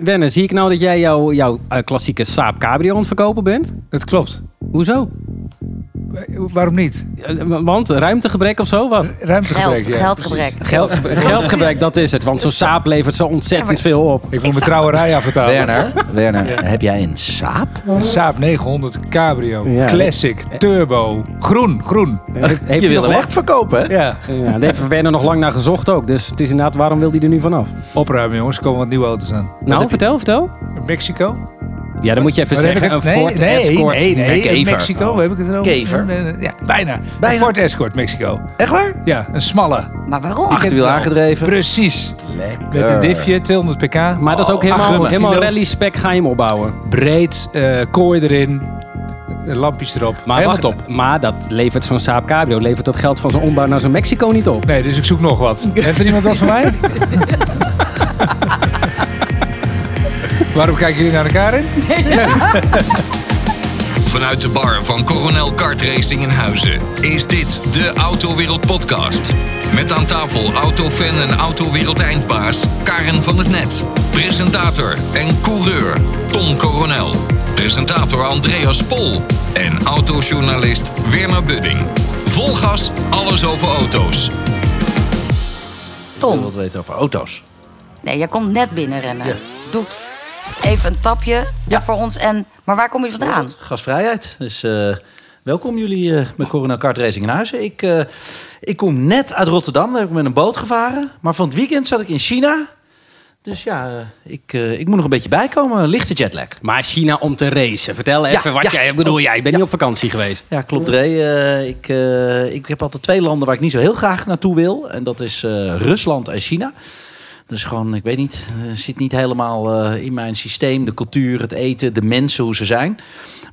Werner, zie ik nou dat jij jouw jouw eh, klassieke Saab Cabrio aan het verkopen bent? Dat klopt. Hoezo? Eh, Waarom niet? Eh, Want ruimtegebrek of zo? Wat? Ruimtegebrek. Geld, ja, geldgebrek. Eh, Geld, geldgebrek, dat is het. Want zo'n Saab levert zo ontzettend veel op. precies. Ik moet mijn trouwerij afbetalen. Werner, Werner heb jij een saap? Een Saab 900 Cabrio. nou. Ja. Classic. Turbo. Groen. Groen. Heeft je wil nog hem echt verkopen, hè? Ja. lang- Ja, daar heeft Werner nog lang naar gezocht ook. Dus het is inderdaad, waarom wil hij er nu vanaf? Opruimen jongens. Er komen wat nieuwe auto's aan. Nou, vertel, vertel. Mexico. Ja, dan moet je even Waar heb zeggen, ik een het? Ford nee, Escort. Oh. Nee, nee, Een kever. Mexico. Waar heb ik het over? Kever. Ja, bijna. Bijna. Een Ford Escort Mexico. Echt waar? Ja, een smalle. Maar waarom? Achterwiel aangedreven. Precies. Lekker. Met een difje, 200 pk. Maar dat is ook Oh, helemaal, gummen. helemaal Kilo. rally-spec ga je hem opbouwen. Breed, eh, kooi erin, eh, lampjes erop. Maar Helemaal wacht op. Maar dat levert zo'n Saab Cabrio, levert dat geld van zo'n ombouw naar zo'n Mexico niet op. Nee, dus ik zoek nog wat. Heeft er iemand wat voor mij? Waarom kijken jullie naar elkaar in? Vanuit de bar van Coronel Kart Racing in Huizen is dit de Autowereld Podcast. Met aan tafel autofan en autowereld eindbaas Karen van het Net. Presentator en coureur Tom Coronel. Presentator Andreas Pol. En autojournalist Werner Budding. Vol gas, alles over auto's. Ik wil Tom, wat weten over auto's. nee, jij komt net binnenrennen. Ja. Doet even een tapje voor ons. En, maar waar kom je vandaan? Gasvrijheid. Dus eh, welkom jullie eh, bij Coronel Kart Racing in Huizen. Ik, eh, ik kom net uit Rotterdam. Daar heb ik met een boot gevaren. Maar van het weekend zat ik in China. Dus ja, eh, ik, eh, ik moet nog een beetje bijkomen. Lichte jetlag. Maar China om te racen. Vertel even wat ja. jij... Ik bedoel, jij bent Ja. niet op vakantie geweest. Ja, klopt, Dre. Eh, ik, eh, ik heb altijd twee landen waar ik niet zo heel graag naartoe wil. En dat is eh, Rusland en China. Dus gewoon, ik weet niet, eh, zit niet helemaal eh, in mijn systeem. De cultuur, het eten, de mensen, hoe ze zijn.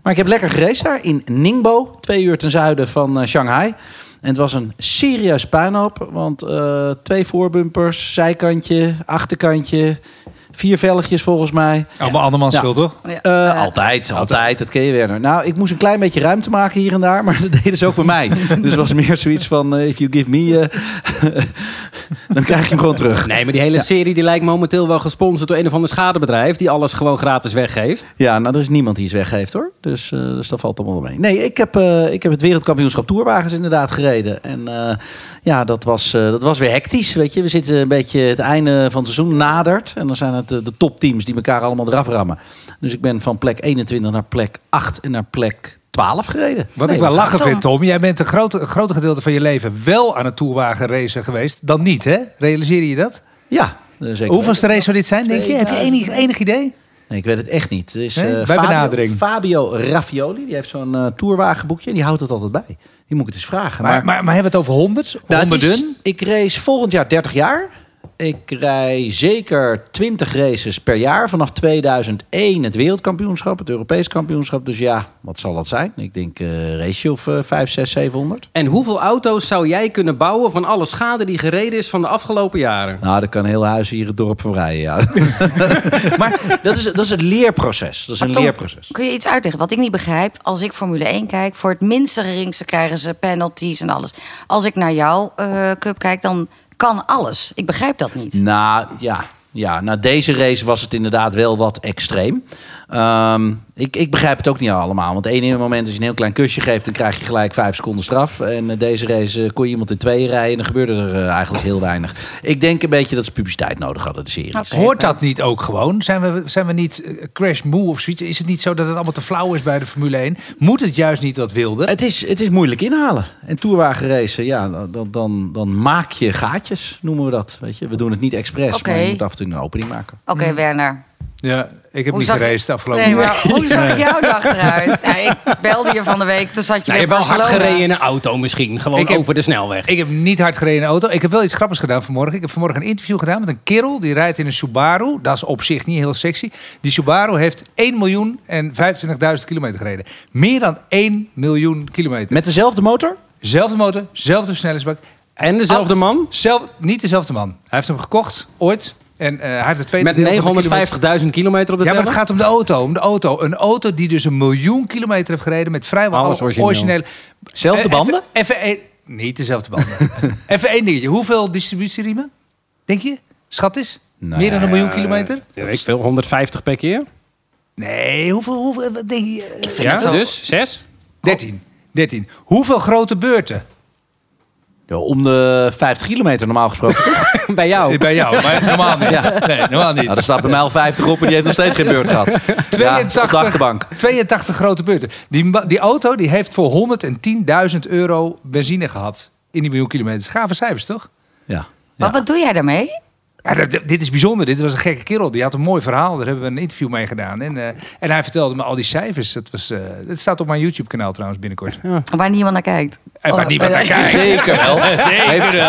Maar ik heb lekker gereisd daar in Ningbo, twee uur ten zuiden van eh, Shanghai. En het was een serieus puinhoop, want eh, twee voorbumpers, zijkantje, achterkantje, vier velligjes volgens mij. Allemaal andermans Ja. schuld, toch? Ja, Eh, eh, altijd, altijd. Dat ken je Werner. Nou, ik moest een klein beetje ruimte maken hier en daar, maar dat deden ze ook bij mij. dus het was meer zoiets van, eh, if you give me, eh, dan krijg je hem gewoon terug. Nee, maar die hele serie die lijkt momenteel wel gesponsord door een of ander schadebedrijf... die alles gewoon gratis weggeeft. Ja, nou, er is niemand die iets weggeeft hoor. Dus, eh, dus dat valt allemaal wel mee. Nee, ik heb, eh, ik heb het wereldkampioenschap Tourwagens inderdaad gereden. En eh, ja, dat was, eh, dat was weer hectisch, weet je. We zitten een beetje, het einde van het seizoen nadert. En dan zijn het eh, de topteams die elkaar allemaal eraf rammen. Dus ik ben van plek 21 naar plek 8 en naar plek 12 gereden. Wat Nee, ik wel dat- lachen Tom. vind, Tom. Jij bent een groot, een groot gedeelte van je leven wel aan het toerwagen racen geweest. Dan niet, hè? Realiseer je dat? Ja, eh, zeker. Hoeveelste race zou dit zijn, denk je? Heb je enig, enig idee? Nee, ik weet het echt niet. Er is, Nee? eh, Bij Fabio, benadering. Fabio Raffioli, die heeft zo'n eh tourwagenboekje en die houdt het altijd bij. Die moet ik het eens vragen. Maar, maar, maar hebben we het over honderd? Nou, het is- Honderden? ik race volgend jaar 30 jaar. Ik rij zeker 20 races per jaar. Vanaf 2001 het wereldkampioenschap, het Europees kampioenschap. Dus ja, wat zal dat zijn? Ik denk eh race of eh 5, 6, 700. En hoeveel auto's zou jij kunnen bouwen van alle schade die gereden is van de afgelopen jaren? Nou, daar kan heel huis hier het dorp voor rijden, ja. maar dat is, dat is het leerproces. Dat is een Tom, leerproces. Kun je iets uitleggen? Wat ik niet begrijp, als ik Formule 1 kijk, voor het minste geringste krijgen ze penalties en alles. Als ik naar jouw eh, cup kijk, dan kan alles. Ik begrijp dat niet. Nou ja, ja, na deze race was het inderdaad wel wat extreem. Ehm, ik, ik begrijp het ook niet allemaal. Want één ene moment als je een heel klein kusje geeft, dan krijg je gelijk vijf seconden straf. En eh, deze race eh, kon je iemand in tweeën rijden en dan gebeurde er eh, eigenlijk heel weinig. Ik denk een beetje dat ze publiciteit nodig hadden, de serie. Oké. Hoort dat niet ook gewoon? Zijn we, zijn we niet eh, crash moe of zoiets? Is het niet zo dat het allemaal te flauw is bij de Formule 1? Moet het juist niet wat wilde? Het is, het is moeilijk inhalen. En toerwagenracen, ja, dan, dan, dan maak je gaatjes, noemen we dat. Weet je? We doen het niet expres, Oké. maar je moet af en toe een opening maken. Oké, Werner. Ja, ik heb Hoe niet zag- geraced de afgelopen Nee, jaar. maar hoe zag jouw dag eruit? Ja, ik belde je van de week, toen zat je Nou, je weer hebt wel hard Barcelona. gereden in een auto misschien. Gewoon Ik heb- over de snelweg. Ik heb niet hard gereden in de auto. Ik heb wel iets grappigs gedaan vanmorgen. Ik heb vanmorgen een interview gedaan met een kerel. Die rijdt in een Subaru. Dat is op zich niet heel sexy. Die Subaru heeft 1 miljoen en 25.000 kilometer gereden. Meer dan 1 miljoen kilometer. Met dezelfde motor? Zelfde motor, zelfde versnellingsbak. En dezelfde man? Zelf, niet dezelfde man. Hij heeft hem gekocht, ooit. En eh, hij heeft het tweede Met deel van de kilometer- 950.000 kilometer op de Ja, maar het teller? gaat om de auto, om de auto. Een auto die dus een miljoen kilometer heeft gereden met vrijwel Alles alles origineel. originele... Zelfde Eh, banden? Even, even één- niet dezelfde banden. even één dingetje. Hoeveel distributieriemen, denk je? Schat is? Meer dan een miljoen ja, kilometer? Dat is veel, 150 per keer. Nee, hoeveel, hoeveel wat denk je? eh, Ja, dus 6? 13. 13. Hoeveel grote beurten? Ja, om de 50 kilometer normaal gesproken. toch? Bij jou. Eh, Bij jou, maar normaal niet. Nee, normaal niet. nou, er staat bij mij al 50 op en die heeft nog steeds geen beurt gehad. Ja, op de 82, achterbank. 82 grote beurten. Die, ma- die auto die heeft voor 110.000 euro benzine gehad. In die miljoen kilometers. Gave cijfers, toch? Ja. Maar Ja. wat doe jij daarmee? Ja, dat- dat- dit is bijzonder. Dit was een gekke kerel. Die had een mooi verhaal. Daar hebben we een interview mee gedaan. En, eh, en hij vertelde me al die cijfers. Dat, was, eh, dat staat op mijn YouTube-kanaal trouwens binnenkort. Waar niemand naar kijkt. En waar Oh, niemand naar eh, kijkt. Zeker wel. Hij heeft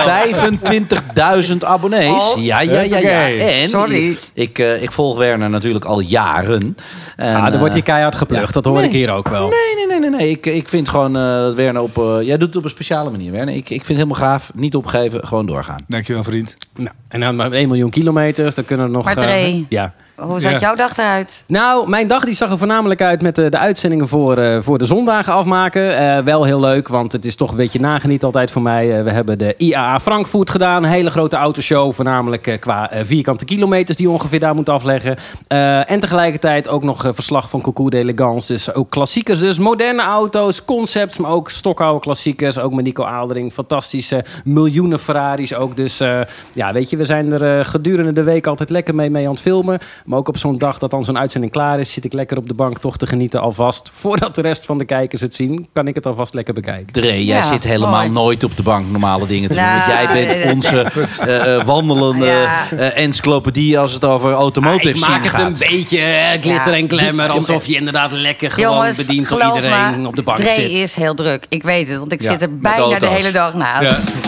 25.000 abonnees. Oh, ja, ja, ja, ja. hoppakee. En Sorry. Ik, ik, eh, ik volg Werner natuurlijk al jaren. En, Ah, dan wordt je eh, keihard geplucht. Dat hoor Nee. ik hier ook wel. Nee, nee, nee, nee. nee. Ik, ik vind gewoon eh, dat Werner op... eh, jij doet het op een speciale manier, Werner. Ik, ik vind het helemaal gaaf. Niet opgeven, gewoon doorgaan. Dankjewel, vriend. Nou, en dan maar 1 miljoen kilometers. Dan kunnen er nog... Maar eh, Dre. ja. Hoe zag Ja. jouw dag eruit? Nou, mijn dag die zag er voornamelijk uit met eh, de uitzendingen voor, eh, voor de zondagen afmaken. Eh, wel heel leuk, want het is toch een beetje nageniet altijd voor mij. Eh, we hebben de IAA Frankfurt gedaan, een hele grote autoshow. Voornamelijk eh, qua eh, vierkante kilometers die je ongeveer daar moet afleggen. Eh, en tegelijkertijd ook nog eh, verslag van Coucou d'Elegance. Dus ook klassiekers, dus moderne auto's, concepts, maar ook stokoude klassiekers. Ook met Nico Aaldering, fantastische miljoenen Ferraris ook. Dus eh, ja, weet je, we zijn er eh, gedurende de week altijd lekker mee, mee aan het filmen. Maar ook op zo'n dag dat dan zo'n uitzending klaar is, zit ik lekker op de bank toch te genieten alvast. Voordat de rest van de kijkers het zien, kan ik het alvast lekker bekijken. Dre, jij Ja, zit helemaal mooi. nooit op de bank normale dingen te doen. Nou, Want jij eh, bent onze eh, eh, wandelende Ja. eh, encyclopedie als het over automotive Ah, ik maak scene het gaat. een beetje eh, glitter en glamour. Alsof je inderdaad lekker gewoon Jongens, bediend door geloof iedereen me, op de bank Dre zit. is heel druk. Ik weet het, want ik Ja, zit er met bijna de auto's. hele dag naast. Ja.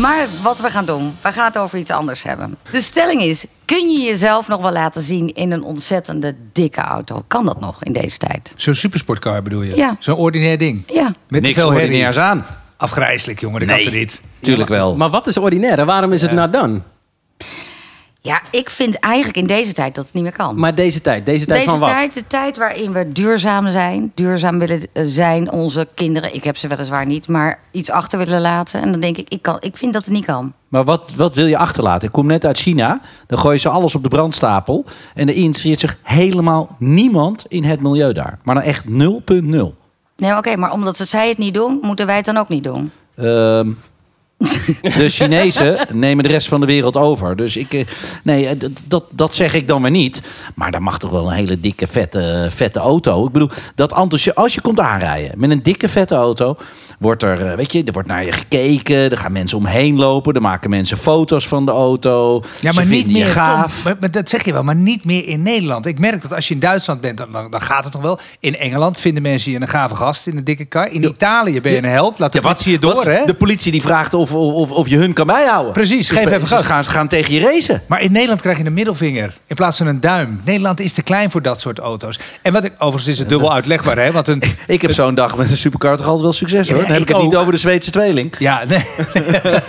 Maar wat we gaan doen, we gaan het over iets anders hebben. De stelling is, kun je jezelf nog wel laten zien in een ontzettende dikke auto? Kan dat nog in deze tijd? Zo'n supersportcar bedoel je? Ja. Zo'n ordinair ding. Ja. Met te Niks veel herrie. ordinairs aan. Afgrijzelijk, jongen. Dat Nee. kan er niet. Tuurlijk wel. Maar wat is ordinair en waarom is het nou dan? Ja, ik vind eigenlijk in deze tijd dat het niet meer kan. Maar deze tijd, deze tijd Deze van wat? tijd, de tijd waarin we duurzaam zijn, duurzaam willen eh, zijn, onze kinderen, ik heb ze weliswaar niet, maar iets achter willen laten. En dan denk ik, ik, kan, ik vind dat het niet kan. Maar wat, wat wil je achterlaten? Ik kom net uit China. Dan gooien ze alles op de brandstapel. En er interesseert zich helemaal niemand in het milieu daar. Maar dan echt 0.0. Nee, maar oké, maar omdat ze- zij het niet doen, moeten wij het dan ook niet doen. Ehm, de Chinezen nemen de rest van de wereld over. Dus ik, eh, nee, eh, d- dat, dat zeg ik dan weer niet. Maar daar mag toch wel een hele dikke, vette, vette auto. Ik bedoel, dat enthousi- als je komt aanrijden met een dikke, vette auto, wordt er, eh, weet je, er wordt naar je gekeken. Er gaan mensen omheen lopen. Er maken mensen foto's van de auto. Ja, Ze maar niet vinden je meer. gaaf. Tom, maar, maar dat zeg je wel, maar niet meer in Nederland. Ik merk dat als je in Duitsland bent, dan, dan, dan gaat het nog wel. In Engeland vinden mensen je een gave gast in een dikke kar. In Italië ben je een held. Laat de Ja, wat- politie je door, wat- hè? De politie die vraagt of, of, of, of je hun kan bijhouden. Precies, Dus geef bij- even ze gas. gaan, ze gaan tegen je racen. Maar in Nederland krijg je een middelvinger in plaats van een duim. Nederland is te klein voor dat soort auto's. En wat ik overigens is het dubbel uitlegbaar, hè? Want een Ik heb zo'n dag met een supercar toch altijd wel succes hoor. Ja, Dan heb ik, ik Oh. het niet ook. over de Zweedse tweeling. Ja, nee.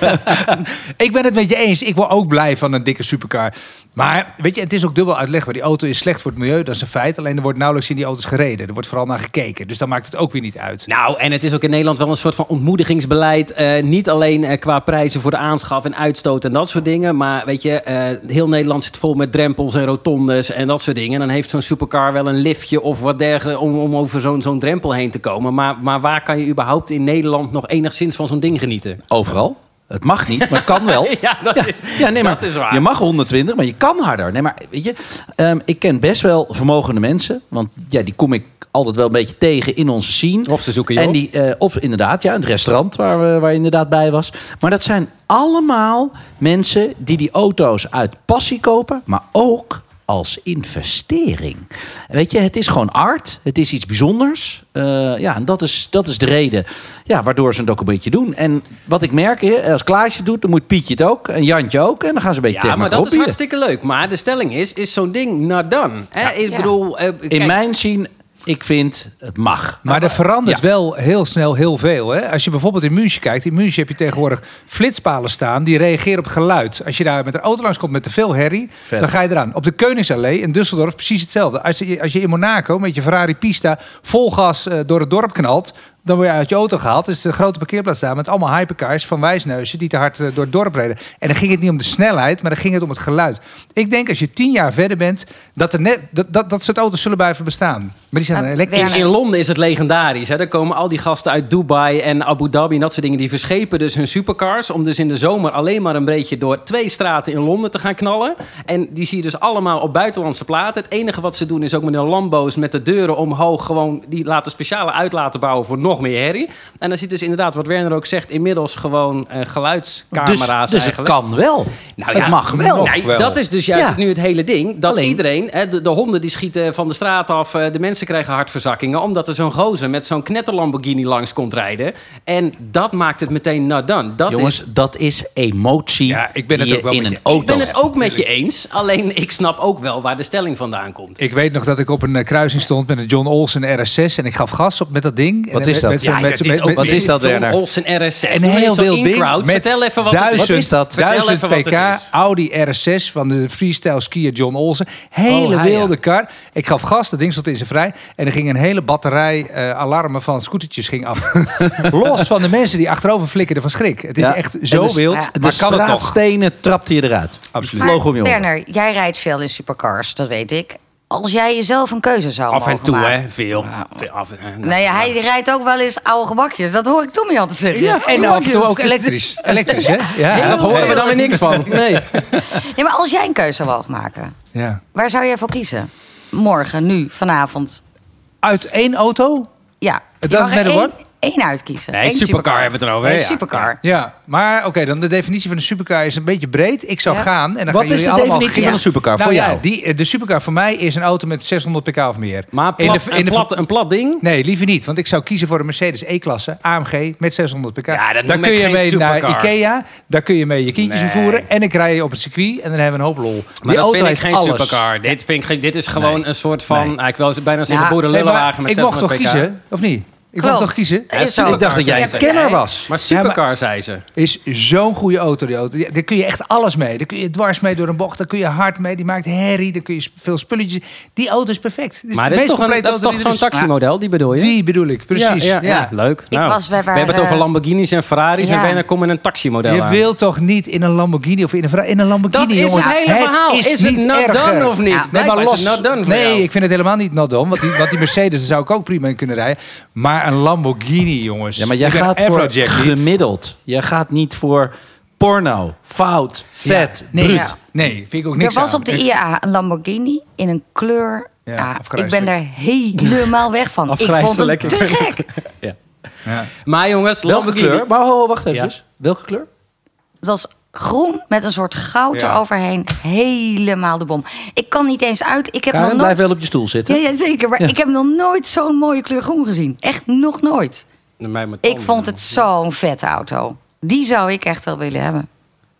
ik ben het met je eens. Ik word ook blij van een dikke supercar. Maar weet je, het is ook dubbel uitlegbaar. Die auto is slecht voor het milieu, dat is een feit. Alleen er wordt nauwelijks in die auto's gereden. Er wordt vooral naar gekeken. Dus dan maakt het ook weer niet uit. Nou, en het is ook in Nederland wel een soort van ontmoedigingsbeleid. Eh, niet alleen eh, qua prijzen voor de aanschaf en uitstoot en dat soort dingen. Maar weet je, eh, heel Nederland zit vol met drempels en rotondes en dat soort dingen. En dan heeft zo'n supercar wel een liftje of wat dergelijke om, om over zo'n zo'n drempel heen te komen. Maar, maar waar kan je überhaupt in Nederland nog enigszins van zo'n ding genieten? Overal. Het mag niet, maar het kan wel. Ja, dat is- ja, nee, maar dat is waar. Je mag 120, maar je kan harder. Nee, maar weet je, ehm, ik ken best wel vermogende mensen. Want ja, die kom ik altijd wel een beetje tegen in onze scene. Of ze zoeken je En op. die, eh, of inderdaad, ja, in het restaurant waar, we, waar je inderdaad bij was. Maar dat zijn allemaal mensen die die auto's uit passie kopen, maar ook als investering. Weet je, het is gewoon art. Het is iets bijzonders. Eh, ja, en dat is, dat is de reden ja, waardoor ze het ook een beetje doen. En wat ik merk, eh, als Klaasje doet, dan moet Pietje het ook. En Jantje ook. En dan gaan ze een beetje Ja, tegen maar elkaar dat is opbieden. hartstikke leuk. Maar de stelling is, is zo'n ding naar dan? Hè? Ik Ja. bedoel... eh, kijk, In mijn zin, ik vind, het mag. Maar er verandert Ja. wel heel snel heel veel. Hè? Als je bijvoorbeeld in München kijkt. In München heb je tegenwoordig flitspalen staan. Die reageren op geluid. Als je daar met een auto langs komt met te veel herrie. Vet. Dan ga je eraan. Op de Koningsallee in Düsseldorf precies hetzelfde. Als je, als je in Monaco met je Ferrari Pista vol gas eh, door het dorp knalt. Dan word je uit je auto gehaald. Dus de grote parkeerplaats daar met allemaal hypercars van wijsneuzen die te hard eh, door het dorp reden. En dan ging het niet om de snelheid, maar dan ging het om het geluid. Ik denk als je tien jaar verder bent, dat, er net, dat, dat, dat soort auto's zullen blijven bestaan. Maar die zijn Ah, dan elektrisch. In, in Londen is het legendarisch. Hè? Daar komen al die gasten uit Dubai en Abu Dhabi en dat soort dingen. Die verschepen dus hun supercars. Om dus in de zomer alleen maar een beetje door twee straten in Londen te gaan knallen. En die zie je dus allemaal op buitenlandse platen. Het enige wat ze doen is ook met hun Lambo's met de deuren omhoog. Gewoon die laten speciale uitlaten bouwen voor nog meer herrie. En dan zit dus inderdaad wat Werner ook zegt. Inmiddels gewoon eh, Dus, geluidscamera's dus het eigenlijk. kan wel. het Nou ja, mag wel. nog. Nee, wel. dat is dus juist Ja. nu het hele ding. Dat Alleen- iedereen, hè, de, de honden die schieten van de straat af, eh, de mensen krijgen hartverzakkingen. Omdat er zo'n gozer met zo'n knetter Lamborghini langs komt rijden. En dat maakt het meteen nou dan. Dat Jongens, is, dat is emotie Ja, ik ben die het je ook wel in met je een auto... ik ben het ook met je eens. Alleen ik snap ook wel waar de stelling vandaan komt. Ik weet nog dat ik op een eh, kruising stond met een John Olsen RS6 en ik gaf gas op met dat ding. Wat En is met- dat? Met zo'n- Ja, met zo'n- met- met- Wat is dat, John Werner? Olsen RS6. Een Doe eens heel zo'n wild ding in-crowd. met Vertel even wat, duizend, het, wat is dat? Vertel 1000 even wat het pk, is. Audi RS6 van de freestyle skier John Olsen. Hele Oh, hij, wilde ja. kar. Ik gaf gas, dat ding stond in zijn vrij. En er ging een hele batterij eh, alarmen van scootertjes ging af. Los van de mensen die achterover flikkerden van schrik. Het is Ja. echt En zo de s- wild, ja, maar de kan het nog. straatstenen trapte je eruit. Absoluut. Vloog om je oren. Werner, jij rijdt veel in supercars, dat weet ik. Als jij jezelf een keuze zou Af en mogen toe, maken. hè? Veel. Veel af en- nou. Nee, hij rijdt ook wel eens oude gebakjes. Dat hoor ik Tommy altijd zeggen. Ja, en af en toe ook elektrisch. Elektrisch, hè? Ja, Ja, dat horen we dan weer niks van. Nee. Ja, maar als jij een keuze mag maken, Ja. waar zou jij voor kiezen? Morgen, nu, vanavond. Uit één auto? Ja. It Je mag doesn't er matter één- what? één uitkiezen. Nee, Eén supercar hebben we het erover, Nee, ja. supercar. Ja, maar oké, dan de definitie van een supercar is een beetje breed. Ik zou Ja. gaan en dan Wat gaan is jullie de allemaal definitie gillen. van een supercar Nou voor ja, jou? Die, de supercar voor mij is een auto met 600 pk of meer. Maar In plat- de- in een de- plat- een plat ding. Nee, liever niet. Want ik zou kiezen voor een Mercedes E-klasse AMG met 600 pk. Ja, dat daar noem kun ik je geen mee naar supercar. Ikea. Daar kun je mee je kindjes Nee. vervoeren. En ik rij je op het circuit en dan hebben we een hoop lol. Die Maar dat auto vind ik heeft geen alles. supercar. Dit, vind ik, geen- dit is gewoon een soort van... ah, ik wil bijna zeggen Ja. Nee, maar boerenlullenwagen met ik mocht 600 toch pk. kiezen? Of niet? Ik Klopt. mocht toch kiezen? Ja, supercar. Ik dacht dat jij Ja, een kenner was. Maar supercar, zei ze. Is zo'n goede auto, die auto. Die- Daar kun je echt alles mee. Daar kun je dwars mee door een bocht. Daar kun je hard mee. Die maakt herrie. Daar kun je sp- veel spulletjes. Die auto is perfect. Dit is Maar de dit is meest toch, een, complete dat is auto toch die er zo'n taximodel, die bedoel je? Die bedoel ik, precies. Ja, Ja, ja, ja. leuk. Nou, was- wij we waren- hebben het over Lamborghinis en Ferraris Ja. en bijna komen een taximodel Je aan. wilt toch niet in een Lamborghini of in een, Ferrari- in een Lamborghini, Dat is jongen. het hele verhaal. is, Is het niet not erger. done of niet? Ja, Nee, Blijkbaar maar is los. het not done voor nee, jou. ik vind het helemaal niet not done. Want die, want die Mercedes daar zou ik ook prima in kunnen rijden. Maar een Lamborghini, jongens. Ja, maar jij Ik ben gaat voor Afrojack niet. gemiddeld. Jij gaat niet voor porno, fout, vet, nee, bruut. ja. Nee, vind ik ook Er niks was aan. op de E- IAA een Lamborghini in een kleur. Ja, Ja, ik ben afgrijselijk. daar helemaal weg van. Ik vond hem Afgrijselijk. te gek. Maar jongens, Welke Lamborghini... kleur? Maar ho, ho, wacht even. Welke kleur? Het was groen met een soort goud Ja. eroverheen. Helemaal de bom. Ik kan niet eens uit. Ik heb Karen, nog blijf nooit... wel op je stoel zitten. Ja, ja, zeker. Maar ik heb nog nooit zo'n mooie kleur groen gezien. Echt nog nooit. Nee, mij met Ik tanden. vond het zo'n vette auto. Die zou ik echt wel willen hebben.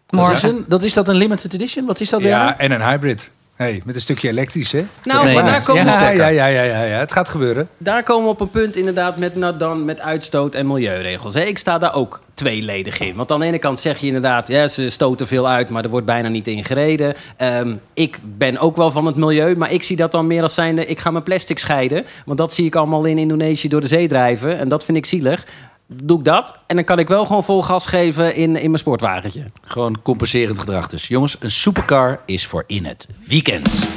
Dat is, Morgen. een, dat is dat een limited edition? Wat is dat? Ja, Werner? en een hybrid. Hey, met een stukje elektrisch, hè? Nou, Nee, maar daar niet. komen, ja, we, ja, ja, ja, ja, ja. Het gaat gebeuren. daar komen we op een punt inderdaad met nou dan, met uitstoot en milieuregels. hè. Ik sta daar ook tweeledig in. Want aan de ene kant zeg je inderdaad, ja, ze stoten veel uit, maar er wordt bijna niet in gereden. Ehm, ik ben ook wel van het milieu, maar ik zie dat dan meer als zijnde, ik ga mijn plastic scheiden. Want dat zie ik allemaal in Indonesië door de zee drijven. En dat vind ik zielig. Doe ik dat en dan kan ik wel gewoon vol gas geven in, in mijn sportwagentje. Gewoon compenserend gedrag dus. Jongens, een supercar is voor in het weekend.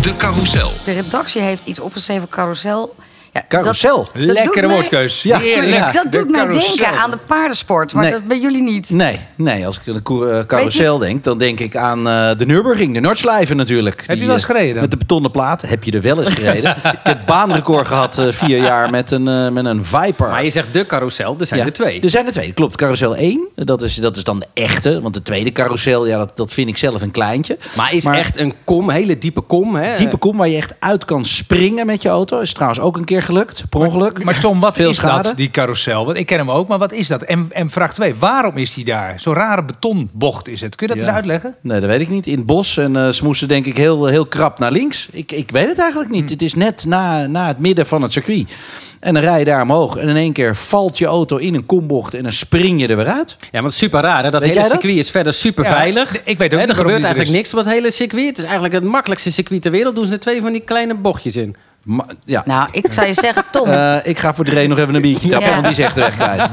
De carousel. De redactie heeft iets opgeschreven. Carousel. Ja, Carousel. dat doet Lekkere mij- woordkeus. Ja. Heerlijk. Maar dat De doet mij carousel. denken aan de paardensport. Maar Nee. dat bij jullie niet. Nee, nee, als ik aan de koer- eh, carousel denk, dan denk ik aan eh, de Nürburgring, de Nordschleife natuurlijk. Heb je wel eens gereden dan? Met de betonnen plaat heb je er wel eens gereden. ik heb baanrecord gehad eh, vier jaar met een, eh, met een Viper. Maar je zegt de carousel, er zijn Ja, Dus er twee. Er zijn er twee, klopt. Carousel 1, eh, dat is, dat is dan de echte. Want de tweede carousel, ja, dat, dat vind ik zelf een kleintje. Maar eh, is echt een kom, hele diepe kom. Hè? Diepe kom waar je echt uit kan springen met je auto. Is trouwens ook een keer gelukt, per ongeluk. Maar Tom, wat Veel is schade. dat, die carousel? Want ik ken hem ook, maar wat is dat? En, en vraag 2, waarom is die daar? Zo'n rare betonbocht is het. Kun je dat Ja. eens uitleggen? Nee, dat weet ik niet. In het bos. En eh, ze moesten denk ik heel, heel krap naar links. Ik, ik weet het eigenlijk Hmm. niet. Het is net na, na het midden van het circuit. En dan rij je daar omhoog. En in één keer valt je auto in een kombocht. En dan spring je er weer uit. Ja, want het is super raar. Hè? Dat Weet hele jij dat? circuit is verder super Ja, veilig. d- ik weet ook Hè, niet Er waarom gebeurt die er eigenlijk is. niks op dat hele circuit. Het is eigenlijk het makkelijkste circuit ter wereld. Doen ze er twee van die kleine bochtjes in. Ma- ja. Nou, ik zou je zeggen, Tom, Eh, ik ga voor Dre nog even een biertje tappen, Ja. want die is echt de weg kwijt.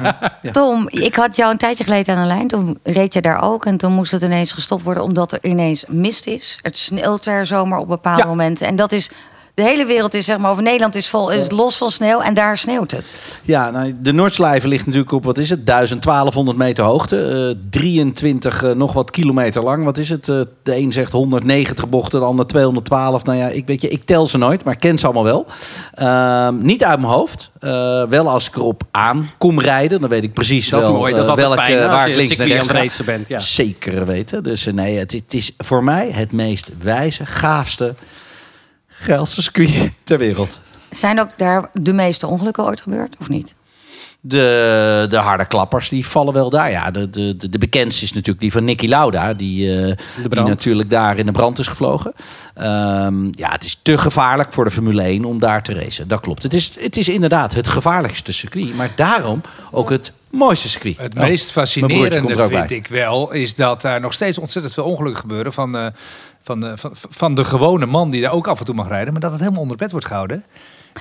Tom, ik had jou een tijdje geleden aan de lijn. Toen reed je daar ook. En toen moest het ineens gestopt worden omdat er ineens mist is. Het sneeuwt er zomaar op bepaalde Ja. momenten. En dat is... De hele wereld is zeg maar over Nederland is, vol, is los van sneeuw en daar sneeuwt het. Ja, nou, de Noordslijven ligt natuurlijk op, wat is het, 1200 meter hoogte. eh, 23 eh, nog wat kilometer lang. Wat is het? eh, de een zegt 190 bochten, de ander 212. Nou ja, ik, weet je, ik tel ze nooit, maar ik ken ze allemaal wel. Ehm, niet uit mijn hoofd. Eh, wel als ik erop aan kom rijden, dan weet ik precies Dat is wel, mooi, eh, dat is altijd welke, fijn, hè, als waar je ik links naar circuit aan rechts ga. het racen bent, ja. Zeker weten. Dus eh, nee, het, het is voor mij het meest wijze, gaafste, geilste circuit ter wereld. Zijn ook daar de meeste ongelukken ooit gebeurd, of niet? De, de harde klappers die vallen wel daar. Ja, de, de, de, de bekendste is natuurlijk die van Nicky Lauda. Die, eh, die brand. natuurlijk daar in de brand is gevlogen. Ehm, ja, het is te gevaarlijk voor de Formule 1 om daar te racen. Dat klopt. Het is, het is inderdaad het gevaarlijkste circuit. Maar daarom ook het mooiste circuit. Het Oh, meest mijn broertje fascinerende komt er ook vind bij. ik wel, is dat daar nog steeds ontzettend veel ongelukken gebeuren van, eh, van, de, van, van de gewone man die daar ook af en toe mag rijden, maar dat het helemaal onder het bed wordt gehouden.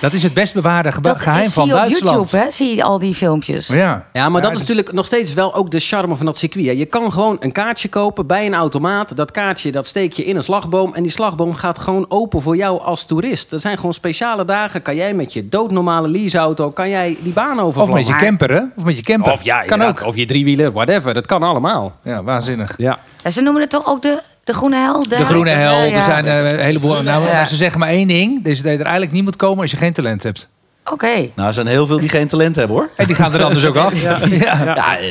Dat is het best bewaarde geba- dat geheim zie van je op Duitsland. YouTube, hè? Zie je al die filmpjes. Ja. Ja, maar dat is dus- natuurlijk nog steeds wel ook de charme van dat circuit. hè. Je kan gewoon een kaartje kopen bij een automaat. Dat kaartje dat steek je in een slagboom. En die slagboom gaat gewoon open voor jou als toerist. Er zijn gewoon speciale dagen. Kan jij met je doodnormale leaseauto kan jij die baan Of overvlaan. met je camper, hè? Of met je camper. Of ja, kan ook. Of je driewieler, whatever. Dat kan allemaal. Ja, waanzinnig. Ja. En ze noemen het toch ook de, de groene hel? De groene hel, Ja, ja. er zijn eh, een heleboel. Nou, Ja. Ze zeggen maar één ding: deze dat je er eigenlijk niet moet komen als je geen talent hebt. Oké. Nou, er zijn heel veel die geen talent hebben hoor. En die gaan er dan dus ook af. Ja. Ja, eh,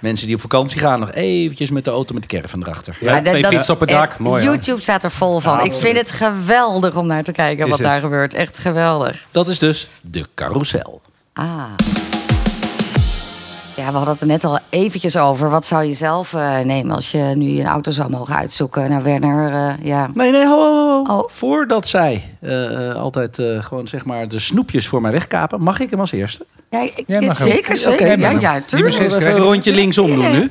mensen die op vakantie gaan nog eventjes met de auto met de caravan erachter. Ja, dat- twee dat- fietsen op eh, het dak. echt, Mooi, hoor. YouTube staat er vol van. ik vind het geweldig om naar te kijken Is wat het? daar gebeurt. Echt geweldig. Dat is dus de carousel. Ah. Ja, we hadden het er net al eventjes over. Wat zou je zelf eh, nemen als je nu een auto zou mogen uitzoeken? Nou, Werner, eh, ja. Nee, nee, ho, ho, ho. Oh. Voordat zij eh, eh, altijd eh, gewoon zeg maar de snoepjes voor mij wegkapen, mag ik hem als eerste? ja ik, Jij mag hem. zeker, zeker. Oké, ja, maar- ja, Precies, Zullen tuurlijk. we even krijg een ik. rondje linksom doen Ja. nu?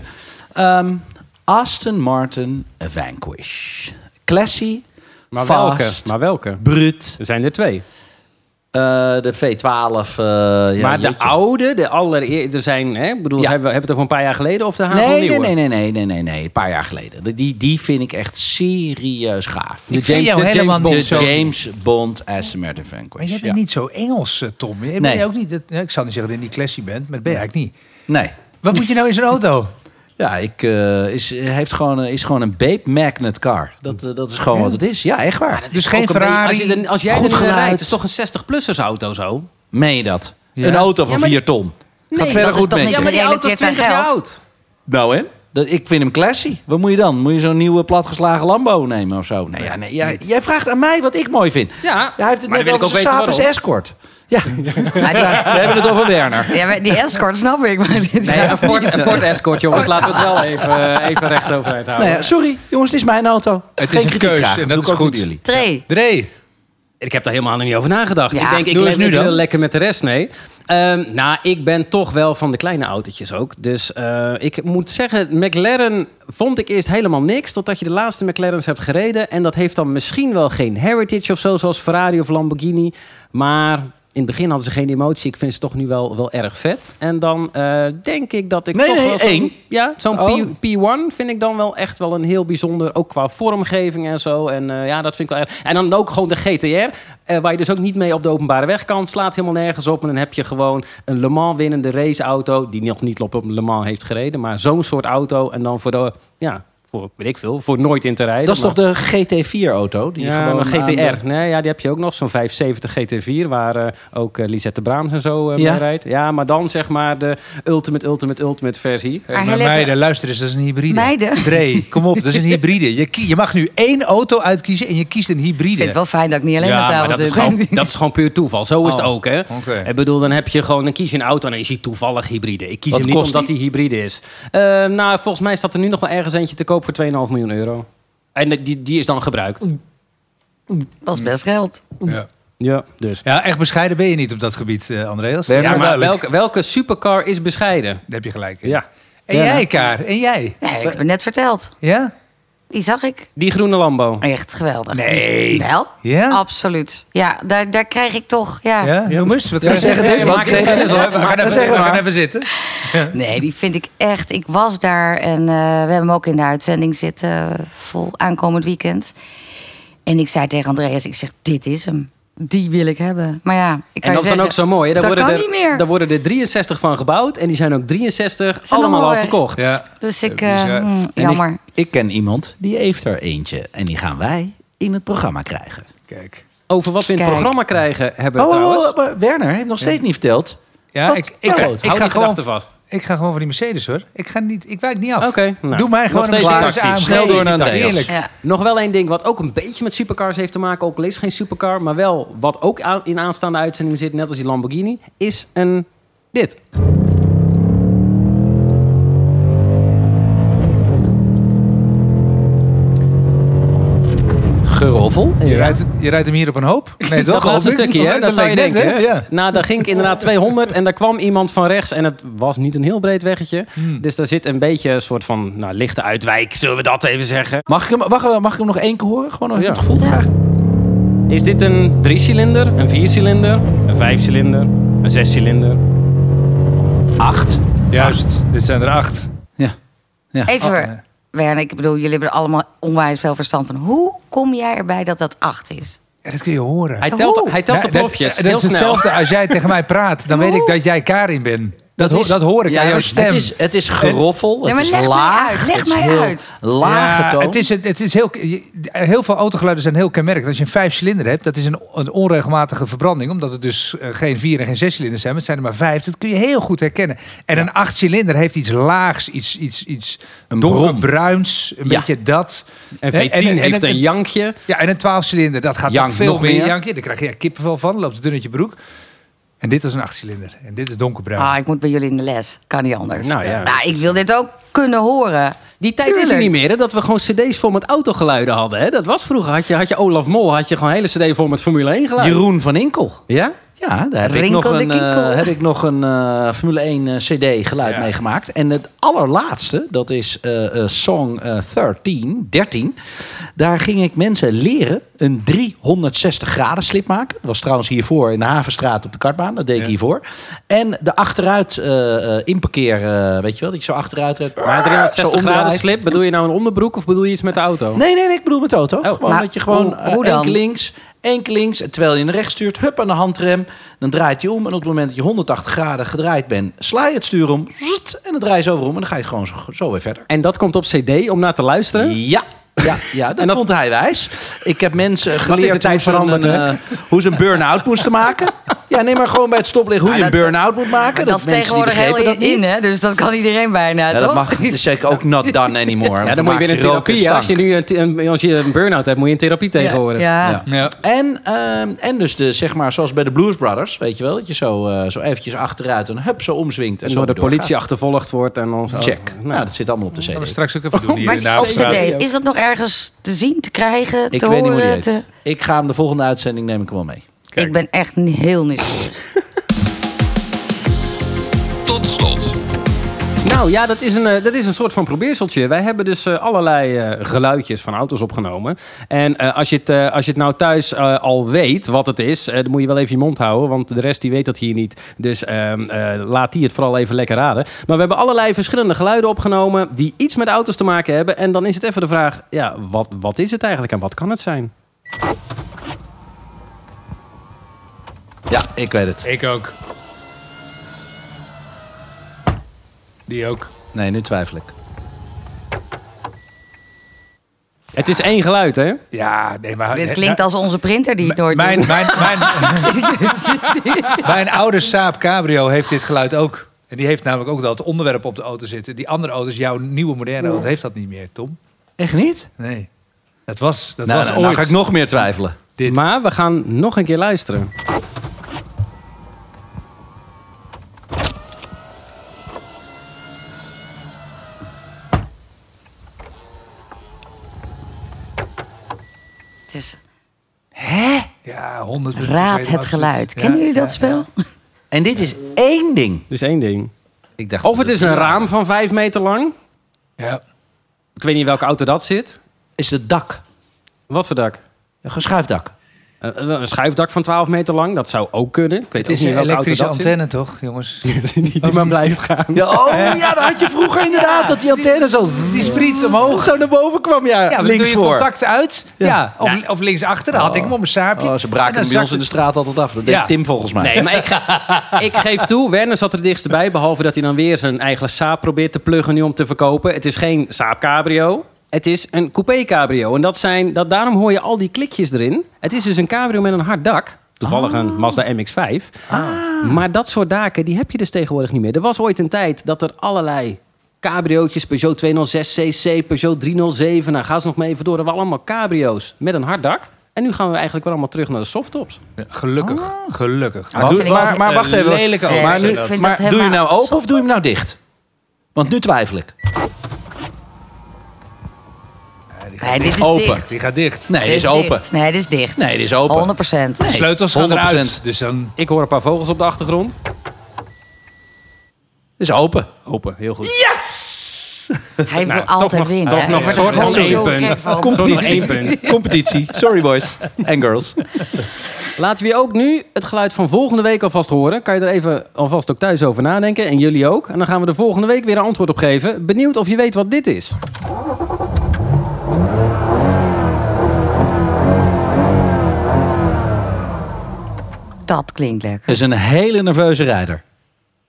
Ehm, Aston Martin Vanquish. Classy, Maar fast, welke? Maar welke? bruut. Er zijn er twee. Eh, de V12. eh, ja, maar de jeetje. oude, de allereerste er zijn, hè, ik bedoel, Ja. hebben we hebben we het over een paar jaar geleden of de hagelnieuwe? Nee, nee, nee, nee, nee, nee, nee, nee. Een paar jaar geleden. Die, die vind ik echt serieus gaaf. De Ik vind James, jou de James helemaal Bond. niet De zo- James Bond Aston Martin Maar Vanquish. jij bent ja. niet zo Engels, eh, Tom. Jij bent Nee. ook niet, dat- ja, ik zal niet zeggen dat je niet classy bent, maar dat ben je eigenlijk niet. Nee. Wat moet je nou in zo'n auto? Ja, ik, eh, is, heeft gewoon, eh, is gewoon een babe magnet car. Dat, eh, dat is gewoon wat het is. Ja, echt waar. Dus Ook geen een beetje- Ferrari. Als, je er- als jij goed er nu in geluid. rijdt, is toch een 60-plussers auto zo? Meen je dat? Ja. Een auto van Ja, maar 4 ton. Gaat verder dat goed is toch mee. niet- Ja, maar die auto is 20 jaar oud. Nou hè? Dat, ik vind hem classy. Wat moet je dan? Moet je zo'n nieuwe platgeslagen Lambo nemen of zo? Nee, ja, nee, jij, jij vraagt aan mij wat ik mooi vind. Ja, Jij heeft maar dan het net wil ik over ook zijn weten Saab's waarom. Escort. Ja, Ja, we hebben het over Werner. Ja, maar die escort snap ik. Maar dit is- Nee, een Ford, een Ford Escort, jongens. Laten we het wel even, even recht overheid houden. Nou ja, sorry, jongens, dit is mijn auto. Het Geen is een kritiek keus graag. en Doe dat ik is ook met goed. jullie. Tree. Dre, Ik heb daar helemaal nog niet over nagedacht. Ja, ik denk, ik doe eens leef nu ik dan. wil lekker met de rest mee. Ehm, nou, ik ben toch wel van de kleine autootjes ook. Dus eh, ik moet zeggen, McLaren vond ik eerst helemaal niks... totdat je de laatste McLaren's hebt gereden. En dat heeft dan misschien wel geen heritage of zo... zoals Ferrari of Lamborghini. Maar in het begin hadden ze geen emotie. Ik vind ze toch nu wel, wel erg vet. En dan eh, denk ik dat ik Nee, toch nee, wel... zo'n- één. Ja, zo'n Oh. P, P1 vind ik dan wel echt wel een heel bijzonder. Ook qua vormgeving en zo. En eh, ja, dat vind ik wel erg. En dan ook gewoon de GTR. eh, waar je dus ook niet mee op de openbare weg kan. Het Slaat helemaal nergens op. En dan heb je gewoon een Le Mans winnende raceauto. Die nog niet op Le Mans heeft gereden. Maar zo'n soort auto. En dan voor de... Ja, voor, weet ik veel. Voor nooit in te rijden. Dat is toch maar- de GT4-auto? Die ja, gewoon een aan de- GTR. Nee, ja, die heb je ook nog. Zo'n 570 GT4, waar eh, ook eh, Lisette Braams en zo eh Ja. mee rijdt. Ja, maar dan zeg maar de ultimate, ultimate, ultimate versie. eh, Maar maar Ah, heel even- meiden, luister eens, dat is een hybride. Meiden? Dre, kom op, dat is een hybride. Je, ki- je mag nu één auto uitkiezen en je kiest een Ik vind het hybride. wel fijn dat ik niet alleen ja, aan maar tafel dat zit. is, gewoon, dat is gewoon puur toeval. Zo is het Oh, ook, hè? oké. Ik bedoel, dan heb je gewoon, dan kies je een auto en dan is hij toevallig hybride. Ik kies Wat hem niet kost omdat die? hij hybride is. Eh, nou, volgens mij staat er nu nog wel ergens eentje te koop voor 2,5 miljoen euro. En die, die is dan gebruikt. Dat is best geld. Ja. Ja, dus. ja, echt bescheiden ben je niet op dat gebied, eh Andreas. Ja, Dat Ja, is wel maar duidelijk. welke, welke supercar is bescheiden? Daar heb je gelijk in. Ja. En jij, Kaar, en jij? Nee, ik heb het net verteld. Ja? Die zag ik. Die groene Lambo. Echt geweldig. Nee. Wel? Ja? Absoluut. Ja, daar, daar krijg ik toch... Ja. Ja, noem eens. Wat Ja, kan je zeg het zeggen? eens, want Maak het tegen- eens. We gaan even- maar we zeg gaan maar. even zitten. Nee, die vind ik echt... Ik was daar en eh, we hebben hem ook in de uitzending zitten... vol aankomend weekend. En ik zei tegen Andreas, ik zeg, dit is hem. Die wil ik hebben. Maar ja, En ik kan je dat is dan zeggen, ook zo mooi. Hè? Daar, dat worden kan er, niet meer. daar worden er 63 van gebouwd. En die zijn ook 63 allemaal Zijn allemaal al weg. verkocht. Ja. Dus ik... Ja, eh, bizar. mm, En jammer. Ik, ik ken iemand die heeft er eentje. En die gaan wij in het programma krijgen. Kijk. Over wat we in het Kijk. programma krijgen hebben Oh, we oh, trouwens. oh, maar Werner heeft nog steeds niet verteld. Ja, Wat? ik, ik, Ja, ga- goed. ik, Hou ga die gewoon, gedachte vast. ik ga gewoon voor die Mercedes hoor. Ik, ga niet, ik wijk niet af. Oké. nou, Doe mij nog gewoon een steeds Mercedes die taxi. AMG. Snel door naar Die een taxi. Deels. Heerlijk. Ja. Nog wel één ding wat ook een beetje met supercars heeft te maken. Ook al is het geen supercar, maar wel wat ook aan- in aanstaande uitzending zit, net als die Lamborghini, is een dit. Geroffel. Je, rijdt, je rijdt hem hier op een hoop. Nee, toch? Dat laatste Hoop ik. stukje, hè? Dat zou je lijkt net, denken. hè? hè? Ja. Nou, daar ging ik inderdaad 200 en daar kwam iemand van rechts. En het was niet een heel breed weggetje. Hmm. Dus daar zit een beetje een soort van nou, lichte uitwijk, zullen we dat even zeggen. Mag ik hem, wacht, mag ik hem nog één keer horen? Gewoon even Ja. het gevoel te Ja. krijgen. Is dit een 3-cilinder, een 4-cilinder, een 5-cilinder, een 6-cilinder? Acht. Juist. Dit zijn er acht. Ja. Even, Oh, nee. Werner, ik bedoel, jullie hebben er allemaal onwijs veel verstand van. Hoe kom jij erbij dat dat acht is? Ja, dat kun je horen. Hij telt, Oh. Oeh. hij telt de Ja, dat- plofjes, Dat, heel is snel. hetzelfde als jij tegen mij praat. Dan weet ik dat jij Karin bent. Dat, ho- is- dat hoor ik Ja, aan jouw maar- stem. Het is, het is geroffel. Ja, Het maar is leg mij laag. uit, leg het is mij heel uit. Laag Ja, getoond. het is, het is heel, heel veel autogeluiden zijn heel kenmerkend. Als je een vijf cilinder hebt, dat is een, een onregelmatige verbranding. Omdat het dus eh, geen vier en geen zes cilinders zijn, maar het zijn er maar vijf. Dat kun je heel goed herkennen. En een acht cilinder heeft iets laags, iets, iets, iets Een donkerbruins. Een Ja. beetje dat. En V10 Hè, en- en- heeft en- een jankje. Ja, en een 12 cilinder, dat gaat Jank, nog veel nog meer meer. janken. Daar krijg je kippenvel van, loopt het dun uit je broek. En dit was een 8 cilinder. En dit is donkerbruin. Ah, ik moet bij jullie in de les. Kan niet anders. Nou ja. Nou, ik wil dit ook kunnen horen. Die tijd is er Tuurlijk. niet meer, hè, dat we gewoon cd's vol met autogeluiden hadden. Hè? Dat was vroeger. Had je, had je Olaf Mol, had je gewoon hele cd vol met Formule 1 geluiden. Jeroen van Inkel. Ja? Ja, daar heb ik, Rinkel nog de een, kinkel. eh, heb ik nog een eh, Formule 1 eh, CD geluid meegemaakt. En het allerlaatste, dat is eh, eh, Song eh, 13, 13. Daar ging ik mensen leren een 360 graden slip maken. Dat was trouwens hiervoor in de Havenstraat op de kartbaan. Dat deed ik hiervoor. En de achteruit eh, eh, inparkeer, eh, weet je wel, dat je zo achteruit hebt. Maar 360 zo graden omdraait. slip, bedoel je nou een onderbroek of bedoel je iets met de auto? Nee, nee, nee, ik bedoel met de auto. Oh, gewoon maar dat je gewoon hoe- eh, hoe één dan? keer links, één keer links. en Terwijl je naar rechts stuurt, hup aan de handrem. Dan draait hij om. En op het moment dat je 180 graden gedraaid bent, sla je het stuur om. zoet, en dan draai je zo weer om. En dan ga je gewoon zo, zo weer verder. En dat komt op cd om naar te luisteren? Ja. Ja, ja, dat, dat- vond hij wijs. Ik heb mensen de geleerd tijd hoe ze, een, veranderd, hè? eh, hoe ze een burn-out moesten maken. Ja, nee, maar gewoon bij het stoplicht hoe je een burn-out moet maken. Dat is mensen die tegenwoordig heel begrepen in, dat niet. hè? Dus dat kan iedereen bijna, Ja, toch? dat mag dat is zeker ook not done anymore. Ja, want dan moet je maak weer in rook en therapie. hè. Als je stank. nu een, t- een- als je een burn-out hebt, moet je in therapie tegenwoordig. Ja. Ja. Ja. En, ehm, en dus de, zeg maar, zoals bij de Blues Brothers, weet je wel, dat je zo, eh, zo eventjes achteruit en hup, zo omzwingt. En En zo door de doorgaat. politie achtervolgd wordt en dan zo. Check. Nou, Nou, dat zit allemaal op de CD. Gaan we straks ook even doen hier Maar in de op Havenstraat. straat. cd, is dat nog ergens te zien, te krijgen, Ik te weet horen? niet hoe die heet. te- Ik ga hem de volgende uitzending neem ik hem wel mee. Ik ben echt n- heel nieuwsgierig. Tot slot, Nou ja, dat is, een, eh, dat is een soort van probeerseltje. Wij hebben dus eh, allerlei eh, geluidjes van auto's opgenomen. En eh, als, je het, eh, als je het nou thuis eh, al weet wat het is, eh, dan moet je wel even je mond houden. Want de rest die weet dat hier niet. Dus ehm, eh, laat die het vooral even lekker raden. Maar we hebben allerlei verschillende geluiden opgenomen die iets met auto's te maken hebben. En dan is het even de vraag, ja, wat, wat is het eigenlijk en wat kan het zijn? Ja, ik weet het. Ik ook. Die ook. Nee, nu twijfel ik. Het is één geluid, hè? Ja, nee, maar... nou, Dit klinkt als onze printer die het nooit Mijn, doet. mijn, mijn, mijn oude Saab Cabrio heeft dit geluid ook. En die heeft namelijk ook dat onderwerp op de auto zitten. Die andere auto's, jouw nieuwe moderne auto, heeft dat niet meer, Tom. Echt niet? Nee. Dat was, dat Nou, was nou, ooit. nou ga ik nog meer twijfelen. dit. Maar we gaan nog een keer luisteren. Het is Ja, 100 raad het geluid. Kennen jullie dat spel? En dit is één ding. Dus één ding. Ik dacht, Of het is een raam van vijf meter lang. Ja. Ik weet niet in welke auto dat zit. is het dak. Wat voor dak? Een geschuifdak. Eh, Een schuifdak van 12 meter lang, dat zou ook kunnen. Ik weet Het is ook een niet welke auto elektrische dat zit. antenne, toch, jongens? Die, die maar blijft gaan. Ja, oh ja, dat had je vroeger inderdaad. Dat die antenne zo... Die spriet omhoog. Zo naar boven kwam, ja. Ja, links doe links je voor. contact uit. Ja, Of, of links achter. Dan had ik hem op mijn saapje. Oh, ze braken En hem dan bij ons in de zakte- straat altijd af. Dat deed Ja. Tim volgens mij. Nee, maar ik, ga- ik geef toe, Werner zat er dichtst bij. Behalve dat hij dan weer zijn eigen saap probeert te pluggen nu om te verkopen. Het is geen saap cabrio. Het is een coupé cabrio. En dat zijn, dat, daarom hoor je al die klikjes erin. Het is dus een cabrio met een hard dak. Toevallig Ah. een Mazda MX-5. Maar dat soort daken, die heb je dus tegenwoordig niet meer. Er was ooit een tijd dat er allerlei cabriootjes, Peugeot 206 cc, Peugeot 307. Nou, ga ze nog maar even door. Er waren allemaal cabrio's met een hard dak. En nu gaan we eigenlijk weer allemaal terug naar de softtops. Gelukkig. Ah. Gelukkig. dat vind ik maar, altijd maar wacht een even. lelijke Oh, maar auto. nu, Ik vind maar dat doe je hem helemaal nou open of zot. doe je hem nou dicht? Want nu twijfel ik. Nee, dit is Open. dicht. Die gaat dicht. Nee, dit is dicht. open. Nee, dit is dicht. Nee, dit is open. 100 procent. De sleutels gaan 100%. eruit. Dus dan... Ik hoor een paar vogels op de achtergrond. Dit is open. Open, heel goed. Hij Nou, wil toch altijd nog- winnen. toch hè? nog- Hij toch wordt er nog gewoon één zo punt. gek van. Zo nog één punt. Competitie. Sorry boys. En girls. Laten we je ook nu het geluid van volgende week alvast horen. Kan je er even alvast ook thuis over nadenken. En jullie ook. En dan gaan we er volgende week weer een antwoord op geven. Benieuwd of je weet wat dit is. Dat klinkt lekker. Dat is een hele nerveuze rijder.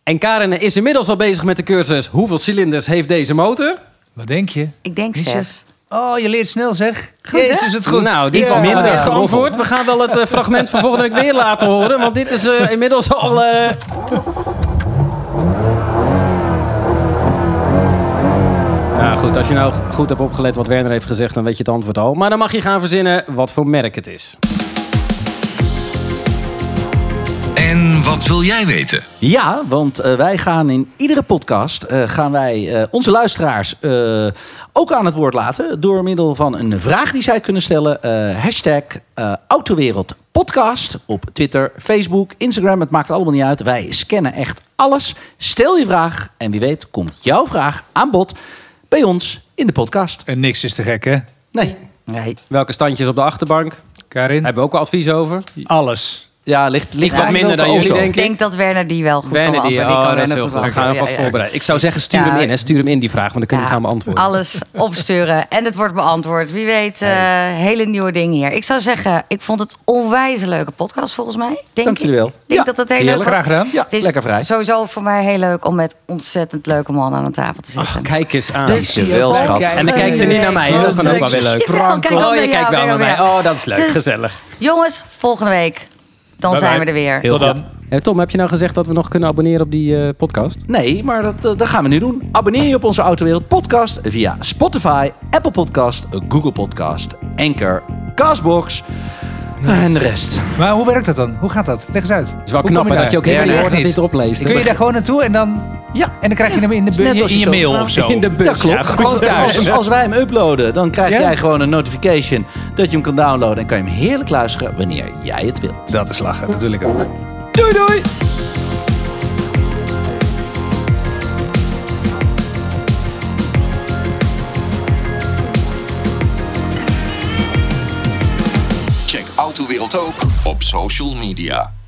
En Karen is inmiddels al bezig met de cursus. Hoeveel cilinders heeft deze motor? Wat denk je? Ik denk Niet zes. Oh, je leert snel, zeg. Goed, hè? Jezus, is het goed. Nou, dit Ja. was minder Ja. geantwoord. We gaan wel het eh, fragment van volgende week weer laten horen. Want dit is eh, inmiddels al... eh, Nou goed, als je nou goed hebt opgelet wat Werner heeft gezegd, dan weet je het antwoord al. Maar dan mag je gaan verzinnen wat voor merk het is. En wat wil jij weten? Ja, want eh, wij gaan in iedere podcast eh, gaan wij eh, onze luisteraars eh, ook aan het woord laten. Door middel van een vraag die zij kunnen stellen. Eh, hashtag eh, Autowereld Podcast op Twitter, Facebook, Instagram. Het maakt allemaal niet uit. Wij scannen echt alles. Stel je vraag en wie weet komt jouw vraag aan bod bij ons in de podcast. En niks is te gek, hè? Nee, Nee. Welke standjes op de achterbank? Karin? Hebben we ook wel advies over? Alles. ja, ligt, ligt wat aan minder welke dan jullie auto. denken. Ik denk dat Werner die wel goed Werner kan die, beantwoorden. oh, Die dat kan is Werner heel goed goed. Dan gaan we beantwoorden. vast Ja, ja, ja. voorbereiden. Ik zou zeggen, stuur Ja. hem in. Hè. Stuur hem in, die vraag. Want dan kunnen we Ja, gaan beantwoorden. Alles opsturen en het wordt beantwoord. Wie weet, eh, hele nieuwe dingen hier. Ik zou zeggen, ik vond het onwijs een leuke podcast volgens mij. Denk Dank ik. jullie wel. Ik denk dat het heel leuk Heerlijk. was. Graag gedaan. Ja, Het is lekker vrij. sowieso voor mij heel leuk om met ontzettend leuke mannen aan de tafel te zitten. Kijk nou eens aan. Dus zie je Dankjewel, volgende schat. En dan kijkt ze niet naar mij. Dat is dan ook wel weer leuk. Jawel, kijk Oh, dan je naar kijkt jou, wel naar mij. weer. Oh, dat is leuk. Dus- Gezellig. Jongens, volgende week. Dan zijn we er weer. Heel goed. Eh, Tom, heb je nou gezegd dat we nog kunnen abonneren op die eh, podcast? Nee, maar dat, eh, dat gaan we nu doen. Abonneer je op onze Autowereld podcast via Spotify, Apple Podcast, Google Podcast, Anchor, Castbox en de rest. Maar hoe werkt dat dan? Hoe gaat dat? Leg eens uit. Het is wel Hoe knap kom je hè, dat je daar? ook helemaal Ja, niet echt echt dat niet. dit opleest. hè. Kun je daar gewoon naartoe en dan, Ja, en dan krijg je hem in, de bu- Net als in je je zo- mail of zo. In de bus. dat klopt. Ja, Gewoon goed thuis. als, als wij hem uploaden, dan krijg Ja? jij gewoon een notification dat je hem kan downloaden en kan je hem heerlijk luisteren wanneer jij het wilt. Dat is lachen, natuurlijk ook. Doei doei! Check Autowereld ook op social media.